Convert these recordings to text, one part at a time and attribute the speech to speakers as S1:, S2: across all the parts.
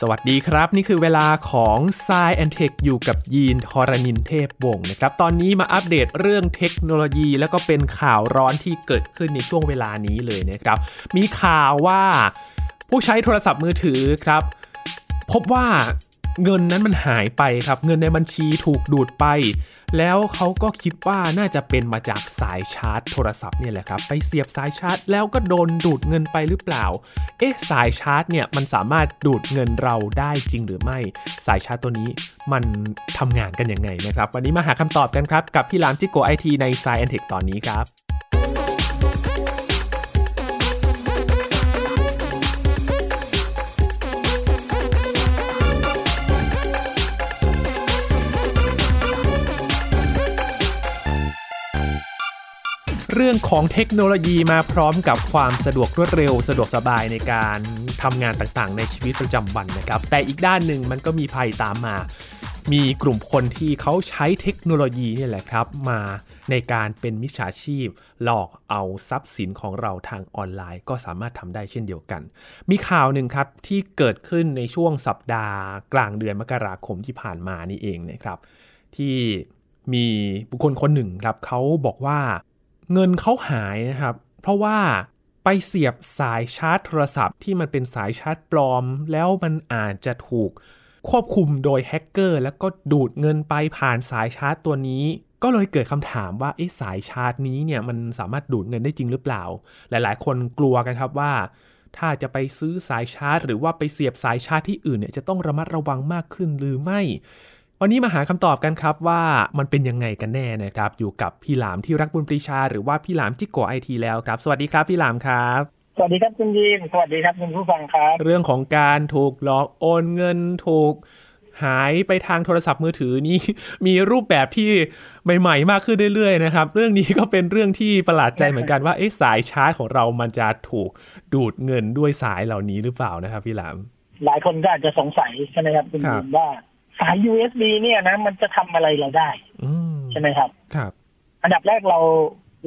S1: สวัสดีครับ นี่คือเวลาของ s ซแอนเทคอยู่กับยีนทอรานินเทพวงศ์นะครับ ตอนนี้มาอัปเดตเรื่องเทคโนโลยี แล้วก็เป็นข่าวร้อนที่เกิดขึ้นในช่วงเวลานี้เลยนะครับ มีข่าวว่าผู้ใช้โทรศัพท์มือถือครับ พบว่าเงินนั้นมันหายไปครับ เงินในบัญชีถูกดูดไป แล้วเขาก็คิดว่าน่าจะเป็นมาจากสายชาร์จโทรศัพท์เนี่ยแหละครับ ไปเสียบสายชาร์จ แล้วก็โดนดูดเงินไปหรือเปล่า เอ๊ะสายชาร์จเนี่ยมันสามารถดูดเงินเราได้จริงหรือไม่ สายชาร์จตัวนี้มันทำงานกันยังไงนะครับ วันนี้มาหาคำตอบกันครับ กับพี่หลามจิโกไอทีใน s ซแอนเทคตอนนี้ครับ เรื่องของเทคโนโลยีมาพร้อมกับความสะดวกรวดเร็ว สะดวกสบายในการทำงานต่างๆ ในชีวิตประจำวันนะครับ แต่อีกด้านหนึ่งมันก็มีภัยตามมา มีกลุ่มคนที่เขาใช้เทคโนโลยีเนี่ยแหละครับ มาในการเป็นมิจฉาชีพ หลอกเอาทรัพย์สินของเราทางออนไลน์ ก็สามารถทำได้เช่นเดียวกัน มีข่าวหนึ่งครับที่เกิดขึ้นในช่วงสัปดาห์ กลางเดือนมกราคมที่ผ่านมานี่เองนะครับ ที่มีบุคคลคนหนึ่งครับเขาบอกว่า เงินเขาหายนะครับ เพราะว่าไปเสียบสายชาร์จโทรศัพท์ที่มันเป็นสายชาร์จปลอม แล้วมันอาจจะถูกควบคุมโดยแฮกเกอร์ แล้วก็ดูดเงินไปผ่านสายชาร์จตัวนี้ ก็เลยเกิดคำถามว่าไอ้สายชาร์จนี้เนี่ยมันสามารถดูดเงินได้จริงหรือเปล่า หลายๆ คนกลัวกันครับว่า ถ้าจะไปซื้อสายชาร์จ หรือว่าไปเสียบสายชาร์จที่อื่นเนี่ยจะต้องระมัดระวังมากขึ้นหรือไม่ วันนี้มาหาคำตอบกันครับว่ามันเป็นยังไงกันแน่นะครับ อยู่กับพี่หลามที่รักบุญปรีชา หรือว่าพี่หลามจิกโกไอทีแล้วครับ สวัสดีครับพี่หลามครับ
S2: สวัสดีครับคุณยีนสวัสดีครับคุณผู้ฟังครับ
S1: เรื่องของการถูกหลอกโอนเงินถูกหายไปทางโทรศัพท์มือถือนี่ มีรูปแบบที่ใหม่ๆ มากขึ้นเรื่อยๆนะครับ เรื่องนี้ก็เป็นเรื่องที่ประหลาดใจเหมือนกันว่าเอ๊ะสายชาร์จของเรามันจะถูกดูดเงินด้วยสายเหล่านี้หรือเปล่านะครับพี่หลาม
S2: หลายคนก็อาจจะสงสัยใช่ไหมครับคุณ
S1: ครั
S2: ยี
S1: บ
S2: นว่าสาย USB เนี่ยนะ มันจะทำอะไรเราได้
S1: อืม
S2: ใช่ไหมครับ
S1: ครับ
S2: อันดับแรกเรา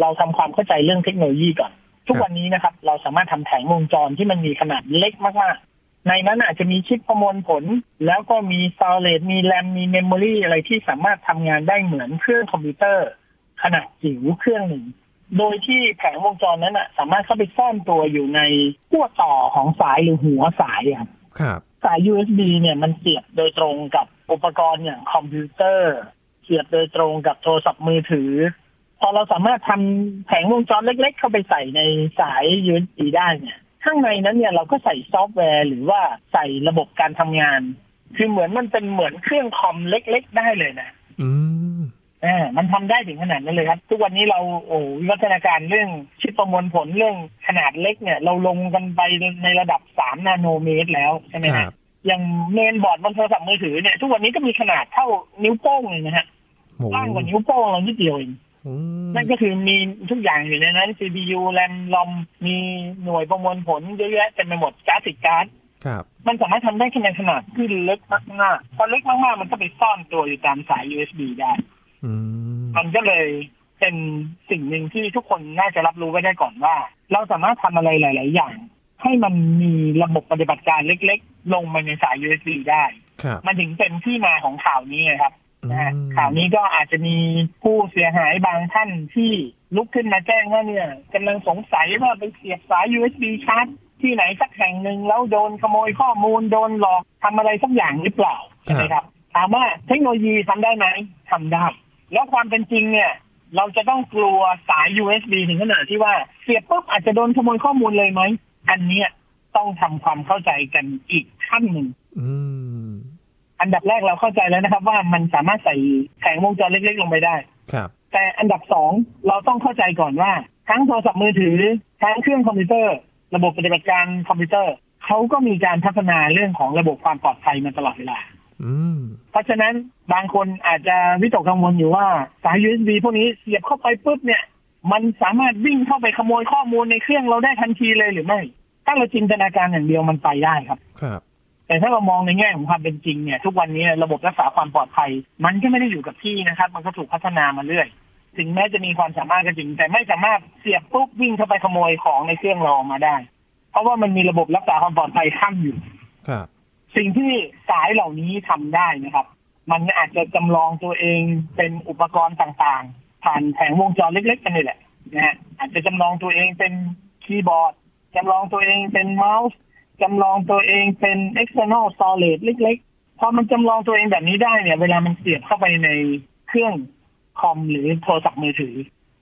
S2: เราทำความเข้าใจเรื่องเทคโนโลยีก่อน ทุกวันนี้นะครับ เราสามารถทำแผงวงจรที่มันมีขนาดเล็กมากๆ ในนั้นอาจจะมีชิปประมวลผล แล้วก็มีสตอเรจมีแรมมีเมมโมรีอะไรที่สามารถทำงานได้เหมือนเครื่องคอมพิวเตอร์ ขนาดจิ๋วเครื่องหนึ่ง โดยที่แผงวงจรนั้นอะสามารถเข้าไปซ่อนตัวอยู่ในขั้วต่อของสายหรือหัวสายอะครับ
S1: ครับ
S2: สาย USB เนี่ยมันเสียบโดยตรงกับอุปกรณ์อย่างคอมพิวเตอร์ เสียบโดยตรงกับโทรศัพท์มือถือ พอเราสามารถทำแผงวงจรเล็ก ๆ เข้าไปใส่ในสาย USB ได้เนี่ยข้างในนั้นเนี่ยเราก็ใส่ซอฟต์แวร์หรือว่าใส่ระบบการทำงาน คือเหมือนมันเป็นเหมือนเครื่องคอมเล็ก ๆ ได้เลยนะ
S1: อืม
S2: อ่ามันทำได้ถึงขนาดนั้นเลยครับ ทุกวันนี้เราโอ้วิวัฒนาการเรื่องชิปประมวลผลเรื่องขนาดเล็กเนี่ย เราลงกันไปในระดับสามนาโนเมตรแล้วใช่ไหม
S1: ค
S2: ฮะ
S1: รับ
S2: อย่างเมนบอร์ดบนโทรศัพท์มือถือเนี่ย ทุกวันนี้ก็มีขนาดเท่านิ้วโป้งเลยนะฮะ
S1: โห
S2: กว้างกว่านิ้วโป้งเรานิดเดียวเอง
S1: อืม
S2: นั่นก็คือมีทุกอย่างอยู่ในนั้น CPU แรมลอมมีหน่วยประมวลผลเยอะแยะเต็มไปหมดการ์ดติดการ์ด
S1: ครับ
S2: มันสามารถทำได้แค่ในขนาดที่เล็กมากๆพอเล็กมากๆ มันก็ไปซ่อนตัวอยู่ตามสาย USB ได้
S1: อืม
S2: มันก็เลยเป็นสิ่งหนึ่งที่ทุกคนน่าจะรับรู้ไว้ได้ก่อนว่า เราสามารถทำอะไรหลาย ๆ อย่าง ให้มันมีระบบปฏิบัติการเล็ก ๆ ลงมาในสาย USB ได้
S1: ครับ
S2: มันถึงเป็นที่มาของข่าวนี้ไงครับนะฮะ
S1: อืม
S2: ข่าวนี้ก็อาจจะมีผู้เสียหายบางท่านที่ลุกขึ้นมาแจ้งว่าเนี่ยกำลังสงสัยว่าไปเสียบสาย USB ชาร์จที่ไหนสักแห่งหนึ่งแล้วโดนขโมยข้อมูลโดนหลอกทำอะไรสักอย่างหรือเปล่าใช่ไหมครับถามว่าเทคโนโลยีทำได้ไหมทำได้ แล้วความเป็นจริงเนี่ย เราจะต้องกลัวสาย USB ถึงขนาดที่ว่าเสียบปุ๊บอาจจะโดนขโมยข้อมูลเลยไหมอันเนี้ยต้องทำความเข้าใจกันอีกขั้นหนึ่ง
S1: อืม
S2: อันดับแรกเราเข้าใจแล้วนะครับ ว่ามันสามารถใส่แผงวงจรเล็กๆ ลงไปได้
S1: ครับ
S2: แต่อันดับสองเราต้องเข้าใจก่อนว่า ทั้งโทรศัพท์มือถือ ทั้งเครื่องคอมพิวเตอร์ ระบบปฏิบัติการคอมพิวเตอร์ เขาก็มีการพัฒนาเรื่องของระบบความปลอดภัยมาตลอดเวลา
S1: อืม
S2: เพราะฉะนั้นบางคนอาจจะวิตกกังวลอยู่ว่าสาย USB พวกนี้เสียบเข้าไปปุ๊บเนี่ย มันสามารถวิ่งเข้าไปขโมยข้อมูลในเครื่องเราได้ทันทีเลยหรือไม่ ถ้าเราจินตนาการอย่างเดียวมันไปได้ครับ
S1: ครับ
S2: แต่ถ้าเรามองในแง่ของความเป็นจริงเนี่ย ทุกวันนี้ระบบรักษาความปลอดภัย มันก็ไม่ได้อยู่กับที่นะครับ มันก็ถูกพัฒนามาเรื่อย ถึงแม้จะมีความสามารถก็จริง แต่ไม่สามารถเสียบปุ๊บวิ่งเข้าไปขโมยของในเครื่องเราออกมาได้ เพราะว่ามันมีระบบรักษาความปลอดภัยขั้นอยู่
S1: ครับ
S2: สิ่งที่สายเหล่านี้ทำได้นะครับ มันอาจจะจำลองตัวเองเป็นอุปกรณ์ต่างๆ ผ่านแผงวงจรเล็กๆกันนี่แหละนะฮะอาจจะจำลองตัวเองเป็นคีย์บอร์ดจำลองตัวเองเป็นเมาส์จำลองตัวเองเป็น external solid เล็กๆ พอมันจำลองตัวเองแบบนี้ได้เนี่ย เวลามันเสียบเข้าไปในเครื่องคอมหรือโทรศัพท์มือถือ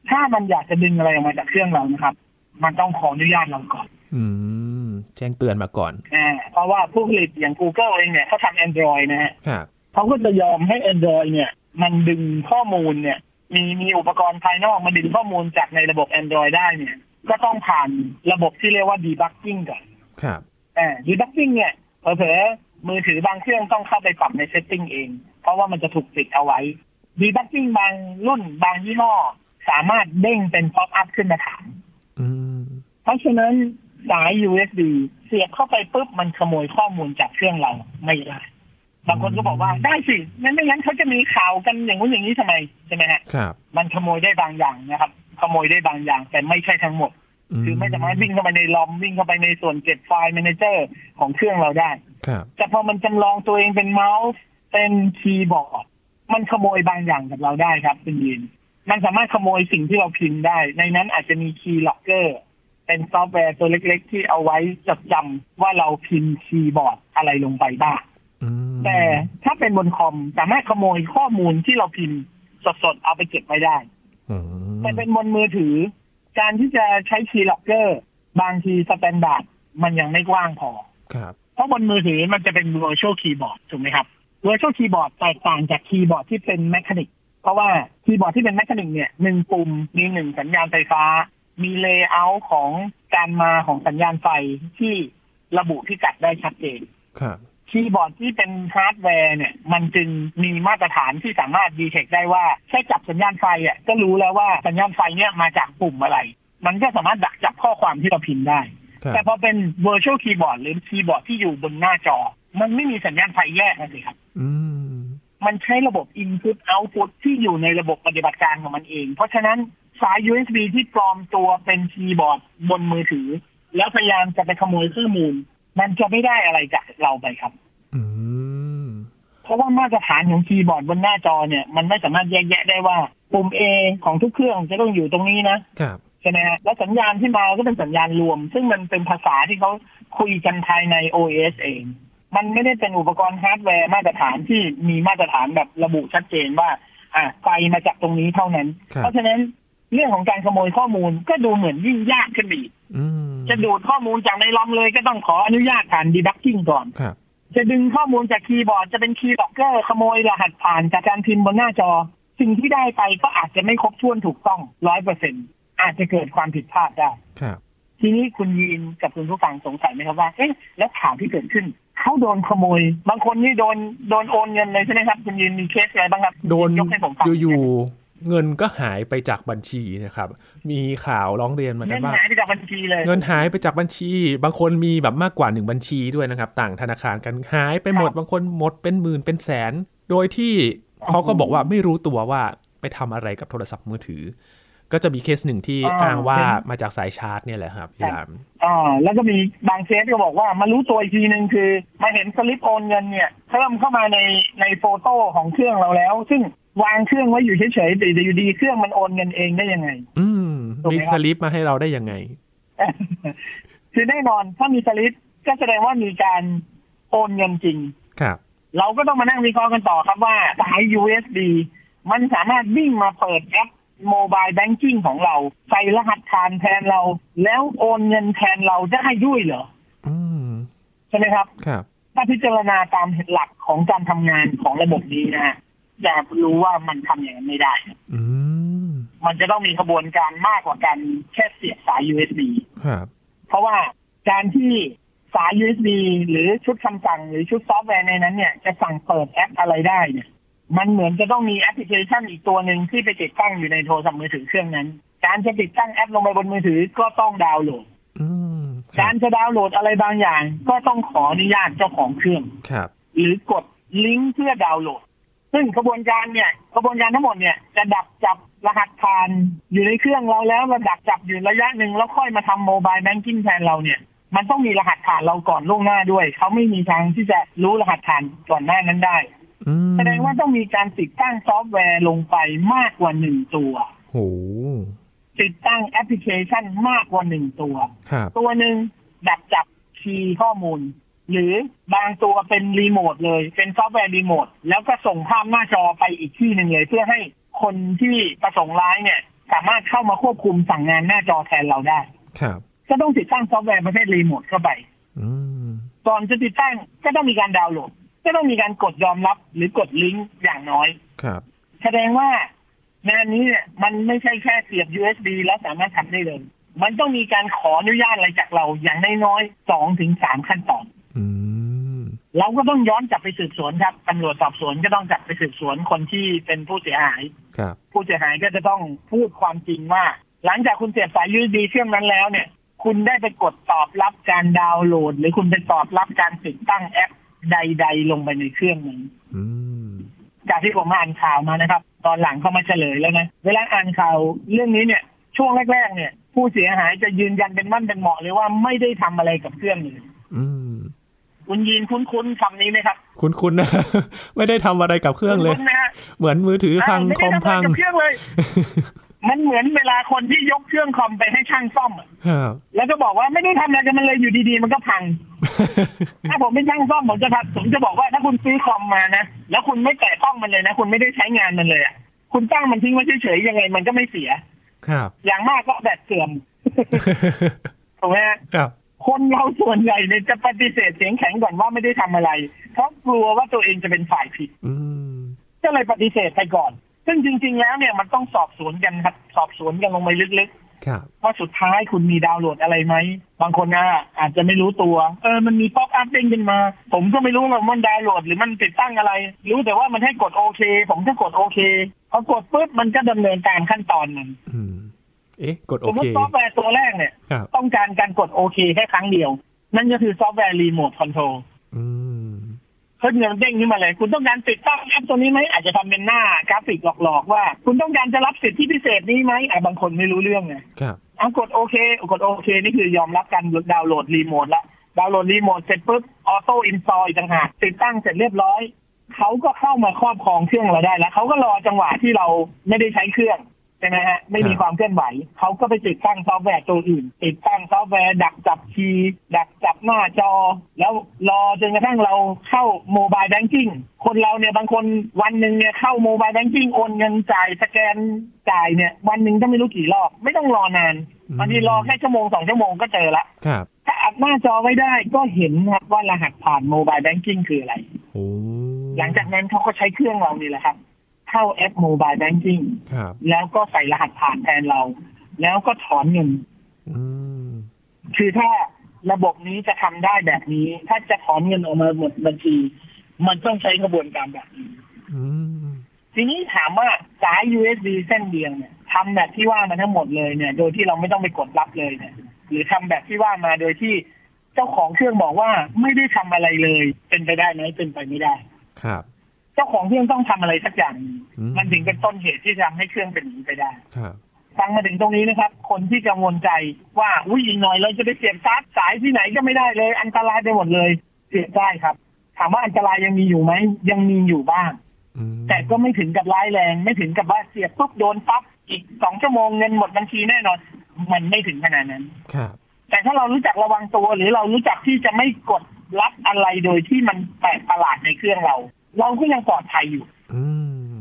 S2: ถ้ามันอยากจะดึงอะไรออกมาจากเครื่องเรานะครับ มันต้องขออนุญาตเราก่อน
S1: อืมแจ้งเตือนมาก่อน
S2: อ่าเพราะว่าผู้ผลิตอย่าง Google เองเนี่ยเขาทำ Android นะฮะ
S1: ครับ
S2: เขาก็จะยอมให้ Android เนี่ย มันดึงข้อมูลเนี่ย มีมีอุปกรณ์ภายนอกมาดึงข้อมูลจากในระบบ Android ได้เนี่ย ก็ต้องผ่านระบบที่เรียกว่า debugging ก่อน
S1: ครับ
S2: อ่า debugging เนี่ยเผลอๆมือถือบางเครื่องต้องเข้าไปปรับใน setting เอง เพราะว่ามันจะถูกปิดเอาไว้ debugging บางรุ่นบางยี่ห้อสามารถเด้งเป็น pop up ขึ้นมาถาม
S1: อืม
S2: เพราะฉะนั้นสาย USB เสียบเข้าไปปุ๊บมันขโมยข้อมูลจากเครื่องเราไม่ได้ บางคนก็บอกว่าได้สิงั้นไม่งั้นเขาจะมีข่าวกันอย่างนู้นอย่างนี้ทำไมใช่ไหมฮะ
S1: ครับ
S2: มันขโมยได้บางอย่างนะครับ ขโมยได้บางอย่าง แต่ไม่ใช่ทั้งหมด คือไม่สามารถวิ่งเข้าไปในลอมวิ่งเข้าไปในส่วนเก็บไฟล์ Manager ของเครื่องเราได้
S1: ครับ
S2: แต่พอมันจำลองตัวเองเป็นเมาส์เป็นคีย์บอร์ดมันขโมยบางอย่างกับเราได้ครับคุณยิน มันสามารถขโมยสิ่งที่เราพิมพ์ได้ ในนั้นอาจจะมีคีย์ล็อกเกอร์ เป็นซอฟต์แวร์ตัวเล็กๆ ที่เอาไว้จดจำว่าเราพิมพ์คีย์บอร์ดอะไรลงไปบ้าง
S1: อืม
S2: แต่ถ้าเป็นบนคอมสามารถขโมยข้อมูลที่เราพิมพ์สดๆ เอาไปเก็บไว้ได้
S1: อืม
S2: แต่เป็นบนมือถือ การที่จะใช้คีย์ล็อกเกอร์ บางทีสแตนดาร์ดมันยังไม่กว้างพอ
S1: ครับ
S2: เพราะบนมือถือมันจะเป็น virtual keyboard ถูกไหมครับ virtual keyboard แตกต่างจากคีย์บอร์ดที่เป็นแม h a นิก เพราะว่าคีย์บอร์ดที่เป็นแม h a นิกเนี่ยหนึ่งปุ่มมีหนึ่งสัญญาณไฟฟ้า มีเลเยอร์ของการมาของสัญญาณไฟที่ระบุพิกัดได้ชัดเจน
S1: ครับ
S2: คีย์บอร์ดที่เป็นฮาร์ดแวร์เนี่ย มันจึงมีมาตรฐานที่สามารถดีเทคได้ว่าแค่จับสัญญาณไฟอ่ะก็รู้แล้วว่าสัญญาณไฟเนี่ยมาจากปุ่มอะไร มันก็สามารถดักจับข้อความที่เราพิมพ์ได้
S1: ครับ
S2: แต่พอเป็น virtual keyboard หรือคีย์บอร์ดที่อยู่บนหน้าจอ มันไม่มีสัญญาณไฟแยกนะสิครับ
S1: อืม
S2: มันใช้ระบบ input output ที่อยู่ในระบบปฏิบัติการของมันเอง เพราะฉะนั้นสาย USB ที่ปลอมตัวเป็นคีย์บอร์ดบนมือถือ แล้วพยายามจะไปขโมยข้อมูล มันจะไม่ได้อะไรจากเราไปครับ
S1: อืม
S2: เพราะว่ามาตรฐานของคีย์บอร์ดบนหน้าจอเนี่ย มันไม่สามารถแยกแยะได้ว่าปุ่ม A ของทุกเครื่องจะต้องอยู่ตรงนี้นะ
S1: ครับ
S2: ใช่ไหมฮะแล้วสัญญาณที่มาก็เป็นสัญญาณรวม ซึ่งมันเป็นภาษาที่เขาคุยกันภายใน OS เอง มันไม่ได้เป็นอุปกรณ์ฮาร์ดแวร์มาตรฐานที่มีมาตรฐานแบบระบุชัดเจนว่า อ่ะไฟมาจากตรงนี้เท่านั้น
S1: ครับ
S2: เพราะฉะนั้นเรื่องของการขโมยข้อมูลก็ดูเหมือนยิ่งยากขึ้นไปอีก
S1: อืม
S2: จะดูดข้อมูลจากในลอมเลยก็ต้องขออนุญาตผ่านดีบักกิ้งก่อน
S1: ครับ
S2: จะดึงข้อมูลจากคีย์บอร์ดจะเป็นคีย์ล็อกเกอร์ขโมยรหัสผ่านจากการพิมพ์บนหน้าจอ สิ่งที่ได้ไปก็อาจจะไม่ครบถ้วนถูกต้องร้อยเปอร์เซ็นอาจจะเกิดความผิดพลาดได้
S1: ครับ
S2: ทีนี้คุณยีนกับคุณผู้ฟังสงสัยไหมครับว่า เอ๊ะ แล้วข่าวที่เกิดขึ้น เขาโดนขโมย บางคนนี่โดนโดนโอนเงินเลยใช่ไหมครับ คุณยีนมีเคสอะไรบ้างครับ
S1: โดน
S2: ยกให้ผมฟัง
S1: อยู่ๆเงินก็หายไปจากบัญชีนะครับ มีข่าวร้องเรียนมากั
S2: เงิ
S1: น
S2: น
S1: ว่า
S2: หายไปจากบัญชีเลย
S1: เงินหายไปจากบัญชี บางคนมีแบบมากกว่าหนึ่งบัญชีด้วยนะครับ ต่างธนาคารกันหายไปหมด บางคนหมดเป็นหมื่นเป็นแสน โดยที่เขาก็บอกว่าไม่รู้ตัวว่าไปทำอะไรกับโทรศัพท์มือถือ ก็จะมีเคสหนึ่งที่อ้างว่ามาจากสายชาร์จเนี่ยแหละครับพี่หลาม
S2: อ่าแล้วก็มีบางเคสก็บอกว่ามารู้ตัวอีกทีหนึ่งคือ มาเห็นสลิปโอนเงินเนี่ยเพิ่มเข้ามาในในโฟโต้ของเครื่องเราแล้ว ซึ่งวางเครื่องไว้อยู่เฉยๆแต่อยู่ดีๆเครื่องมันโอนเงินเองได้ยังไง
S1: อืม
S2: ถูกไหม
S1: มี
S2: ครับ
S1: สลิปมาให้เราได้ยังไง
S2: คือแน่นอนถ้ามีสลิปก็แสดงว่ามีการโอนเงินจริง
S1: ครับ
S2: เราก็ต้องมานั่งวิเคราะห์กันต่อครับว่าสาย USB มันสามารถวิ่งมาเปิดแอปโมบายแบงกิ้งของเรา ใส่รหัสผ่านแทนเรา แล้วโอนเงินแทนเราได้ด้วยเหรอ
S1: อืม
S2: ใช่ไหมครับ
S1: ครับ
S2: ถ้าพิจารณาตามหลักของการทำงานของระบบนี้นะฮะจะรู้ว่ามันทำอย่างนั้นไม่ได้
S1: อืม
S2: มันจะต้องมีขบวนการมากกว่าการแค่เสียบสาย USB
S1: ครับ
S2: เพราะว่าการที่สาย USB หรือชุดคำสั่งหรือชุดซอฟต์แวร์ในนั้นเนี่ยจะสั่งเปิดแอปอะไรได้เนี่ย มันเหมือนจะต้องมีแอปพลิเคชันอีกตัวหนึ่งที่ไปติดตั้งอยู่ในโทรศัพท์มือถือเครื่องนั้น การจะติดตั้งแอปลงไปบนมือถือก็ต้องดาวน์โหลด
S1: อืมครั
S2: กา
S1: บ
S2: รจะดาวน์โหลดอะไรบางอย่าง ก็ต้องขออนุญาตเจ้าของเครื่อง
S1: ครับ
S2: หรือกดลิงก์เพื่อดาวน์โหลด ซึ่งกระบวนการเนี่ยกระบวนการทั้งหมดเนี่ยจะดักจับรหัสผ่านอยู่ในเครื่องเราแล้วมาดักจับอยู่ระยะหนึ่งแล้วค่อยมาทำโมบายแบงกิ้งแทนเราเนี่ย มันต้องมีรหัสผ่านเราก่อนล่วงหน้าด้วย เขาไม่มีทางที่จะรู้รหัสผ่านก่อนหน้านั้นได้
S1: อืม
S2: แสดงว่าต้องมีการติดตั้งซอฟต์แวร์ลงไปมากกว่าหนึ่งตัว
S1: โห
S2: ติดตั้งแอปพลิเคชันมากกว่าหนึ่งตัว
S1: ครับ
S2: ตัวหนึ่งดักจับคีย์ข้อมูล หรือบางตัวเป็นรีโมทเลย เป็นซอฟต์แวร์รีโมทแล้วก็ส่งภาพหน้าจอไปอีกที่หนึ่งเลย เพื่อให้คนที่ประสงค์ร้ายเนี่ย สามารถเข้ามาควบคุมสั่งงานหน้าจอแทนเราได้
S1: ครับ
S2: ก็ต้องติดตั้งซอฟต์แวร์ประเภทรีโมทเข้าไป
S1: อืม
S2: ก่อนจะติดตั้งก็ต้องมีการดาวน์โหลด ก็ต้องมีการกดยอมรับหรือกดลิงก์อย่างน้อย
S1: ครับ
S2: แสดงว่างานนี้เนี่ยมันไม่ใช่แค่เสียบ USB แล้วสามารถทำได้เลย มันต้องมีการขออนุญาตอะไรจากเราอย่างน้อยๆสองถึงสามขั้นตอน
S1: อืม
S2: เราก็ต้องย้อนกลับไปสืบสวนครับตำรวจสอบสวนก็ต้องกลับไปสืบสวนคนที่เป็นผู้เสียหาย
S1: ครับ
S2: ผู้เสียหายก็จะต้องพูดความจริงว่า หลังจากคุณเสียบสาย USB เครื่องนั้นแล้วเนี่ย คุณได้ไปกดตอบรับการดาวน์โหลด หรือคุณไปตอบรับการติดตั้งแอปใด ๆ ลงไปในเครื่องนั้น
S1: อืม
S2: จากที่ผมอ่านข่าวมานะครับ ตอนหลังเขามาเฉลยแล้วนะ เวลาอ่านข่าวเรื่องนี้เนี่ย ช่วงแรก ๆ เนี่ย ผู้เสียหายจะยืนยันเป็นมั่นเป็นเหมาะเลยว่าไม่ได้ทำอะไรกับเครื่องเลย
S1: อืม
S2: คุณยีนคุ้นๆคำนี้ไหมครับ
S1: คุ้นๆนะครับ ไม่ได้ทำอะไรกับเครื่องเลย
S2: คุ้นๆนะฮะ
S1: เหมือนมือถือพังคอมพั
S2: าง ไม่ได้ทำอะไรกับเครื่องเลย มันเหมือนเวลาคนที่ยกเครื่องคอมไปให้ช่างซ่อมอะ
S1: ครับ
S2: แล้วก็บอกว่าไม่ได้ทำอะไรกับมันเลยอยู่ดีๆ มันก็พัง ถ้าผมเป็นช่างซ่อมผมจะพัดผมจะบอกว่าถ้าคุณซื้อคอมมานะแล้วคุณไม่แตะต้องมันเลยนะ คุณไม่ได้ใช้งานมันเลยอะคุณตั้งมันทิ้งไว้เฉยๆยังไง มันก็ไม่เสีย
S1: ครับ
S2: อย่างมากก็แบตเสื่อม ถูกไหมฮะ
S1: ครับ
S2: คนเราส่วนใหญ่เนี่ยจะปฏิเสธเสียงแข็งก่อนว่าไม่ได้ทำอะไร เพราะกลัวว่าตัวเองจะเป็นฝ่ายผิด
S1: อืม
S2: ก็เลยปฏิเสธไปก่อน ซึ่งจริง ๆ แล้วเนี่ยมันต้องสอบสวนกันครับ สอบสวนกันลงไปลึก
S1: ครับ
S2: ๆ ว่าสุดท้ายคุณมีดาวน์โหลดอะไรไหม บางคนอ่ะอาจจะไม่รู้ตัว เออ มันมีป๊อปอัพเด้งขึ้นมา ผมก็ไม่รู้ว่ามันดาวน์โหลดหรือมันติดตั้งอะไร รู้แต่ว่ามันให้กดโอเค ผมก็กดโอเค พอกดปุ๊บมันก็ดำเนินตามขั้นตอนนั้น
S1: อืม เอ๊ะ กด
S2: ส
S1: โอ
S2: มม
S1: เค
S2: ติซอฟต์แวร์ตัวแรกเนี่ย
S1: ครับ
S2: ต้องการการกดโอเคแค่ครั้งเดียว นั่นก็คือซอฟต์แวร์รีโมทคอนโทรล
S1: อืม
S2: ขึ้นเงินเด้งขึ้นมาเลย คุณต้องการติดตั้งแอปตัวนี้ไหมอาจจะทำเป็นหน้ากราฟิกหลอกๆ ว่า คุณต้องการจะรับสิทธิพิเศษนี้ไหมอ่ะบางคนไม่รู้เรื่องไง
S1: ครับ
S2: เอากดโอเคกดโอเคนี่คือยอมรับการดาวน์โหลดรีโมทละดาวน์โหลดรีโมทเสร็จปุ๊บออโต้อินสตอลต่างหากติดตั้งเสร็จเรียบร้อยเขาก็เข้ามาครอบครองเครื่องเราได้แล้วเขาก็รอจังหวะที่เราไม่ได้ใช้เครื่องใช่ไหมฮะไม่
S1: ค
S2: มี
S1: รับ
S2: ความเคลื่อนไหวเขาก็ไปติดตั้งซอฟต์แวร์ตัวอื่น ติดตั้งซอฟต์แวร์ดักจับคีย์ดักจับหน้าจอ แล้วรอจนกระทั่งเราเข้าโมบายแบงกิ้งคนเราเนี่ยบางคนวันหนึ่งเนี่ยเข้าโมบายแบงกิ้งโอนเงินจ่ายสแกนจ่ายเนี่ย วันหนึ่งต้องไม่รู้กี่รอบ ไม่ต้องรอนานบางทีรอแค่ชั่วโมงสองชั่วโมงก็เจอละ
S1: ครับ
S2: ถ้าอัดหน้าจอไว้ได้ก็เห็นครับว่ารหัสผ่านโมบายแบงกิ้งคืออะไร
S1: โอ้
S2: หลังจากนั้นเขาก็ใช้เครื่องเรานี่แหละครับ เข้าแอปโมบายแบงกิ้ง
S1: ครับ
S2: แล้วก็ใส่รหัสผ่านแทนเรา แล้วก็ถอนเงิน
S1: อืม
S2: คือถ้าระบบนี้จะทำได้แบบนี้ ถ้าจะถอนเงินออกมาหมดบัญชี มันต้องใช้กระบวนการแบบนี้
S1: อืม
S2: ทีนี้ถามว่าสาย USB เส้นเดียวเนี่ยทำแบบที่ว่ามาทั้งหมดเลยเนี่ย โดยที่เราไม่ต้องไปกดรับเลยเนี่ย หรือทำแบบที่ว่ามาโดยที่เจ้าของเครื่องบอกว่าไม่ได้ทำอะไรเลย เป็นไปได้ไหมเป็นไปไม่ได้
S1: ครับ
S2: เจ้าของเครื่องต้องทำอะไรสักอย่างหนึ่ง
S1: อืม
S2: มันถึงเป็นต้นเหตุที่ทำให้เครื่องเป็นอย่างนี้ไปได้
S1: ครับ
S2: ฟังมาถึงตรงนี้นะครับ คนที่กังวลใจว่าอุ้ยอีกหน่อยเราจะไปเสียบชาร์จสายที่ไหนก็ไม่ได้เลย อันตรายไปหมดเลยเสียบได้ครับถามว่าอันตรายยังมีอยู่ไหมยังมีอยู่บ้าง
S1: อืม
S2: แต่ก็ไม่ถึงกับร้ายแรงไม่ถึงกับว่าเสียบปุ๊บโดนปั๊บอีกสองชั่วโมงเงินหมดบัญชีแน่นอน มันไม่ถึงขนาดนั้น
S1: ครับ
S2: แต่ถ้าเรารู้จักระวังตัวหรือเรารู้จักที่จะไม่กดรับอะไรโดยที่มันแปลกประหลาดในเครื่องเรา เราก็ยังปลอดภัยอยู่
S1: อืม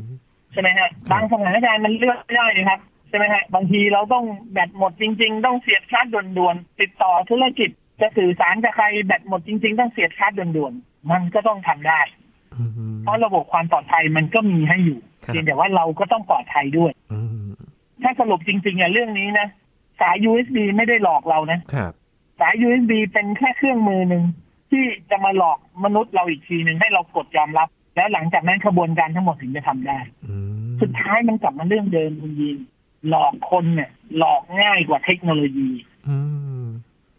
S2: ใช่ไหมฮะ
S1: ครับ
S2: บางสถานการณ์มันเลือกไม่ได้นะครับใช่ไหมฮะบางทีเราต้องแบตหมดจริง ๆ ต้องเสียบชาร์จด่วนๆติดต่อธุรกิจจะสื่อสารกับใครแบตหมดจริง ๆ ต้องเสียบชาร์จด่วนๆมันก็ต้องทำได้
S1: อืม
S2: เพราะระบบความปลอดภัยมันก็มีให้อยู่
S1: ครับ
S2: เพียงแต่ว่าเราก็ต้องปลอดภัยด้วย
S1: อืม
S2: ถ้าสรุปจริงๆอ่ะเรื่องนี้นะ สาย USB ไม่ได้หลอกเรานะ
S1: ครับ
S2: สาย USB เป็นแค่เครื่องมือหนึ่งที่จะมาหลอกมนุษย์เราอีกทีหนึ่งให้เรากดยอมรับ แล้วหลังจากนั้นขบวนการทั้งหมดถึงจะทำได้
S1: อืม
S2: สุดท้ายมันกลับมาเรื่องเดิมคุณยินหลอกคนเนี่ย หลอกง่ายกว่าเทคโนโลยี
S1: อืม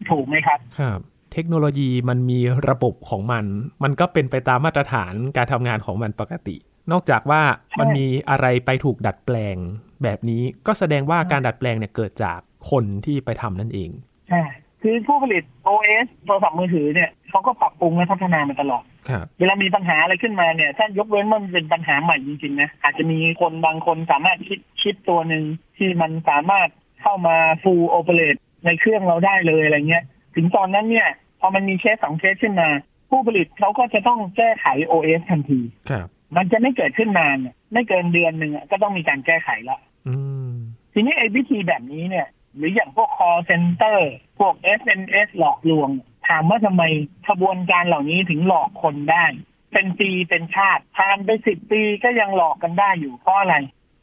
S2: ถูกไหมครับ
S1: ครับ เทคโนโลยีมันมีระบบของมัน มันก็เป็นไปตามมาตรฐานการทำงานของมันปกติ นอกจากว่ามันมีอะไรไปถูกดัดแปลง แบบนี้ก็แสดงว่าการดัดแปลงเนี่ยเกิดจากคนที่ไปทำนั่นเอง
S2: ใช่ คือผู้ผลิต OS โทรศัพท์มือถือเนี่ยเขาก็ปรับปรุงและพัฒนามาตลอด
S1: ครับ
S2: เวลามีปัญหาอะไรขึ้นมาเนี่ย ถ้ายกเว้นว่ามันเป็นปัญหาใหม่จริงๆนะอาจจะมีคนบางคนสามารถคิดชิปตัวหนึ่งที่มันสามารถเข้ามา full operate ในเครื่องเราได้เลยอะไรเงี้ย ถึงตอนนั้นเนี่ยพอมันมีเคสสองเคสขึ้นมา ผู้ผลิตเขาก็จะต้องแก้ไข OS ทันที
S1: ครับ
S2: มันจะไม่เกิดขึ้นนานเนี่ยไม่เกินเดือนหนึ่งอะก็ต้องมีการแก้ไขละ
S1: อืม
S2: ทีนี้ไอ้วิธีแบบนี้เนี่ย หรืออย่างพวก call center พวก SMS หลอกลวง ถามว่าทำไมขบวนการเหล่านี้ถึงหลอกคนได้ เป็นปีเป็นชาติผ่านไปสิบปีก็ยังหลอกกันได้อยู่เพราะอะไร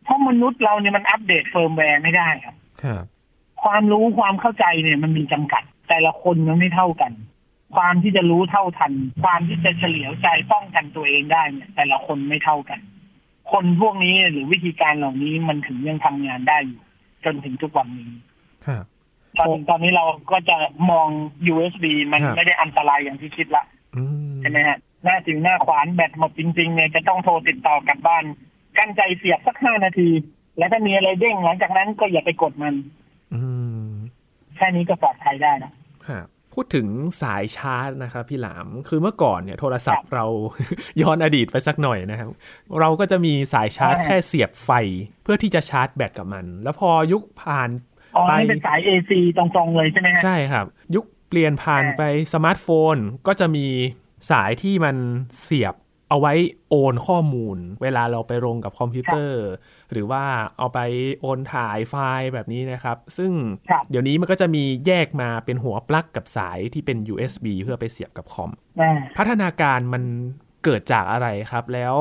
S2: เพราะมนุษย์เราเนี่ยมันอัปเดตเฟิร์มแวร์ไม่ได้ครับ
S1: ครับ
S2: ความรู้ความเข้าใจเนี่ยมันมีจำกัด แต่ละคนมันไม่เท่ากัน ความที่จะรู้เท่าทัน ความที่จะเฉลียวใจป้องกันตัวเองได้เนี่ย แต่ละคนไม่เท่ากัน คนพวกนี้หรือวิธีการเหล่านี้มันถึงยังทำงานได้อยู่ จนถึงทุกวันนี้
S1: ครับ
S2: ตอนตอนนี้เราก็จะมอง USB มัน
S1: ครับ
S2: ไม่ได้อันตรายอย่างที่คิดละ
S1: อืม
S2: ใช่ไหมฮะ หน้าจิงหน้าขวานแบตหมดจริงๆเนี่ยจะต้องโทรติดต่อกลับบ้าน กั้นใจเสียบสักห้านาที แล้วถ้ามีอะไรเด้งหลังจากนั้นก็อย่าไปกดมัน
S1: อืม
S2: แค่นี้ก็ปลอดภัยได้นะ
S1: ฮะพูดถึงสายชาร์จนะครับพี่หลามคือเมื่อก่อนเนี่ยโทรศัพท์เรา ย้อนอดีตไปสักหน่อยนะครับ เราก็จะมีสายชาร์จ
S2: อ่า
S1: แค่เสียบไฟเพื่อที่จะชาร์จแบตกับมัน แล้วพอยุคผ่าน
S2: อ๋อนี่
S1: ไป
S2: เป็นสาย AC ตรงๆเลยใช่ไหมฮะ
S1: ใช่ครับ ยุคเปลี่ยนผ่าน
S2: อ่า
S1: ไปสมาร์ทโฟนก็จะมีสายที่มันเสียบเอาไว้โอนข้อมูล เวลาเราไปลงกับคอมพิวเตอร์ หรือว่าเอาไปโอนถ่ายไฟล์แบบนี้นะครับ ซึ่ง
S2: ครับ
S1: เดี๋ยวนี้มันก็จะมีแยกมาเป็นหัวปลั๊กกับสายที่เป็น USB เพื่อไปเสียบกับคอม
S2: อ่า
S1: พัฒนาการมันเกิดจากอะไรครับ แล้ว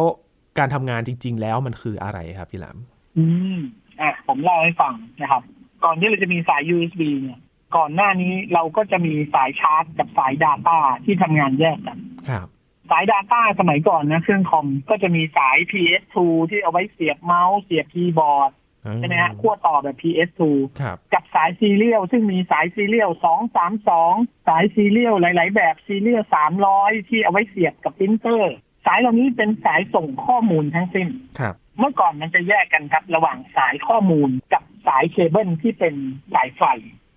S1: การทำงานจริง ๆ แล้วมันคืออะไรครับพี่หลาม
S2: อืม อ่ะ ผมเล่าให้ฟังนะครับ ก่อนที่เราจะมีสาย USB เนี่ย ก่อนหน้านี้เราก็จะมีสายชาร์จกับสาย Data ที่ทำงานแยกกัน
S1: ครับ
S2: สาย Data สมัยก่อนนะ เครื่องคอมก็จะมีสาย PS2 ที่เอาไว้เสียบเมาส์เสียบคีย์บอร์ด ใช่ไหมฮะขั้วต่อแบบ PS2
S1: ครับ
S2: กับสายซีเรียลซึ่งมีสายซีเรียล232 สายซีเรียลหลาย ๆ แบบซีเรียล300 ที่เอาไว้เสียบกับปรินเตอร์ สายเหล่านี้เป็นสายส่งข้อมูลทั้งสิ้น
S1: ครับ
S2: เมื่อก่อนมันจะแยกกันครับ ระหว่างสายข้อมูลกับสายเคเบิลที่เป็นสายไฟ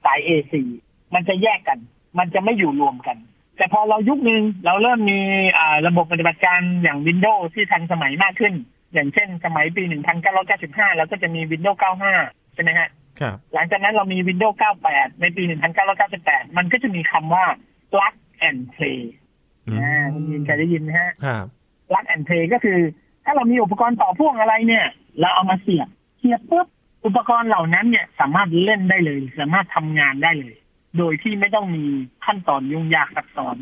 S2: สาย AC มันจะแยกกัน มันจะไม่อยู่รวมกัน แต่พอเรายุคนึงเราเริ่มมีอ่าระบบปฏิบัติการอย่าง Windows ที่ทันสมัยมากขึ้น อย่างเช่นสมัยปี 1995 เราก็จะมี Windows 95 ใช่ไหมฮะ
S1: ครับ
S2: หลังจากนั้นเรามี Windows 98 ในปี 1998 มันก็จะมีคำว่า plug and play
S1: อื
S2: อ่าคุณยินเคยได้ยินไหมฮะ
S1: ครับ
S2: plug and play ก็คือ ถ้าเรามีอุปกรณ์ต่อพ่วงอะไรเนี่ย เราเอามาเสียบ เสียบปุ๊บ อุปกรณ์เหล่านั้นเนี่ยสามารถเล่นได้เลย สามารถทำงานได้เลย โดยที่ไม่ต้องมีขั้นตอนยุ่งยากซับซ้อน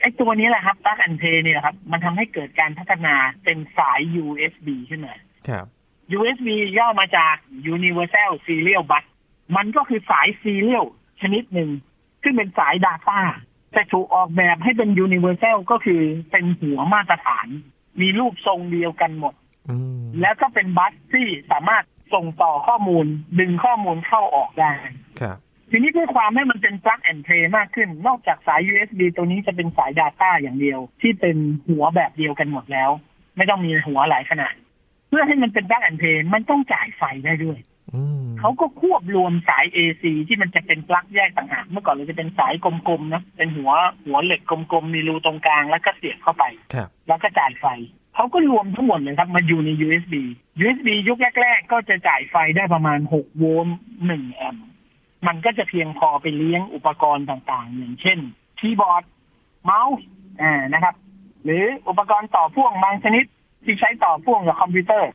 S2: ไอ้ตัวนี้แหละครับ plug and play เนี่ยครับ มันทำให้เกิดการพัฒนาเป็นสาย USB ขึ้นมา
S1: ครับ
S2: USB ย่อมาจาก Universal Serial Bus มันก็คือสาย Serial ชนิดหนึ่ง ซึ่งเป็นสาย Data แต่ถูกออกแบบให้เป็น Universal ก็คือเป็นหัวมาตรฐาน มีรูปทรงเดียวกันหมด
S1: อืม
S2: แล้วก็เป็นบัสที่สามารถส่งต่อข้อมูล ดึงข้อมูลเข้าออกได้
S1: ครับ
S2: ทีนี้เพื่อความให้มันเป็น plug and play มากขึ้น นอกจากสาย USB ตัวนี้จะเป็นสาย Data อย่างเดียว ที่เป็นหัวแบบเดียวกันหมดแล้ว ไม่ต้องมีหัวหลายขนาด เพื่อให้มันเป็น plug and play มันต้องจ่ายไฟได้ด้วย
S1: อืม
S2: เขาก็ควบรวมสาย AC ที่มันจะเป็นปลั๊กแยกต่างหากเมื่อก่อนเราจะเป็นสายกลมๆนะเป็นหัวหัวเหล็กกลมๆมีรูตรงกลางแล้วก็เสียบเข้าไป
S1: ครับ
S2: แล้วก็จ่ายไฟ เขาก็รวมทั้งหมดเลยครับมาอยู่ใน USB USB ยุคแรกๆ ก็จะจ่ายไฟได้ประมาณ 6 โวลต์ 1 แอมป์ มันก็จะเพียงพอไปเลี้ยงอุปกรณ์ต่างๆ อย่างเช่น คีย์บอร์ด เมาส์อ่านะครับ หรืออุปกรณ์ต่อพ่วงบางชนิด ที่ใช้ต่อพ่วงกับคอมพิวเตอร์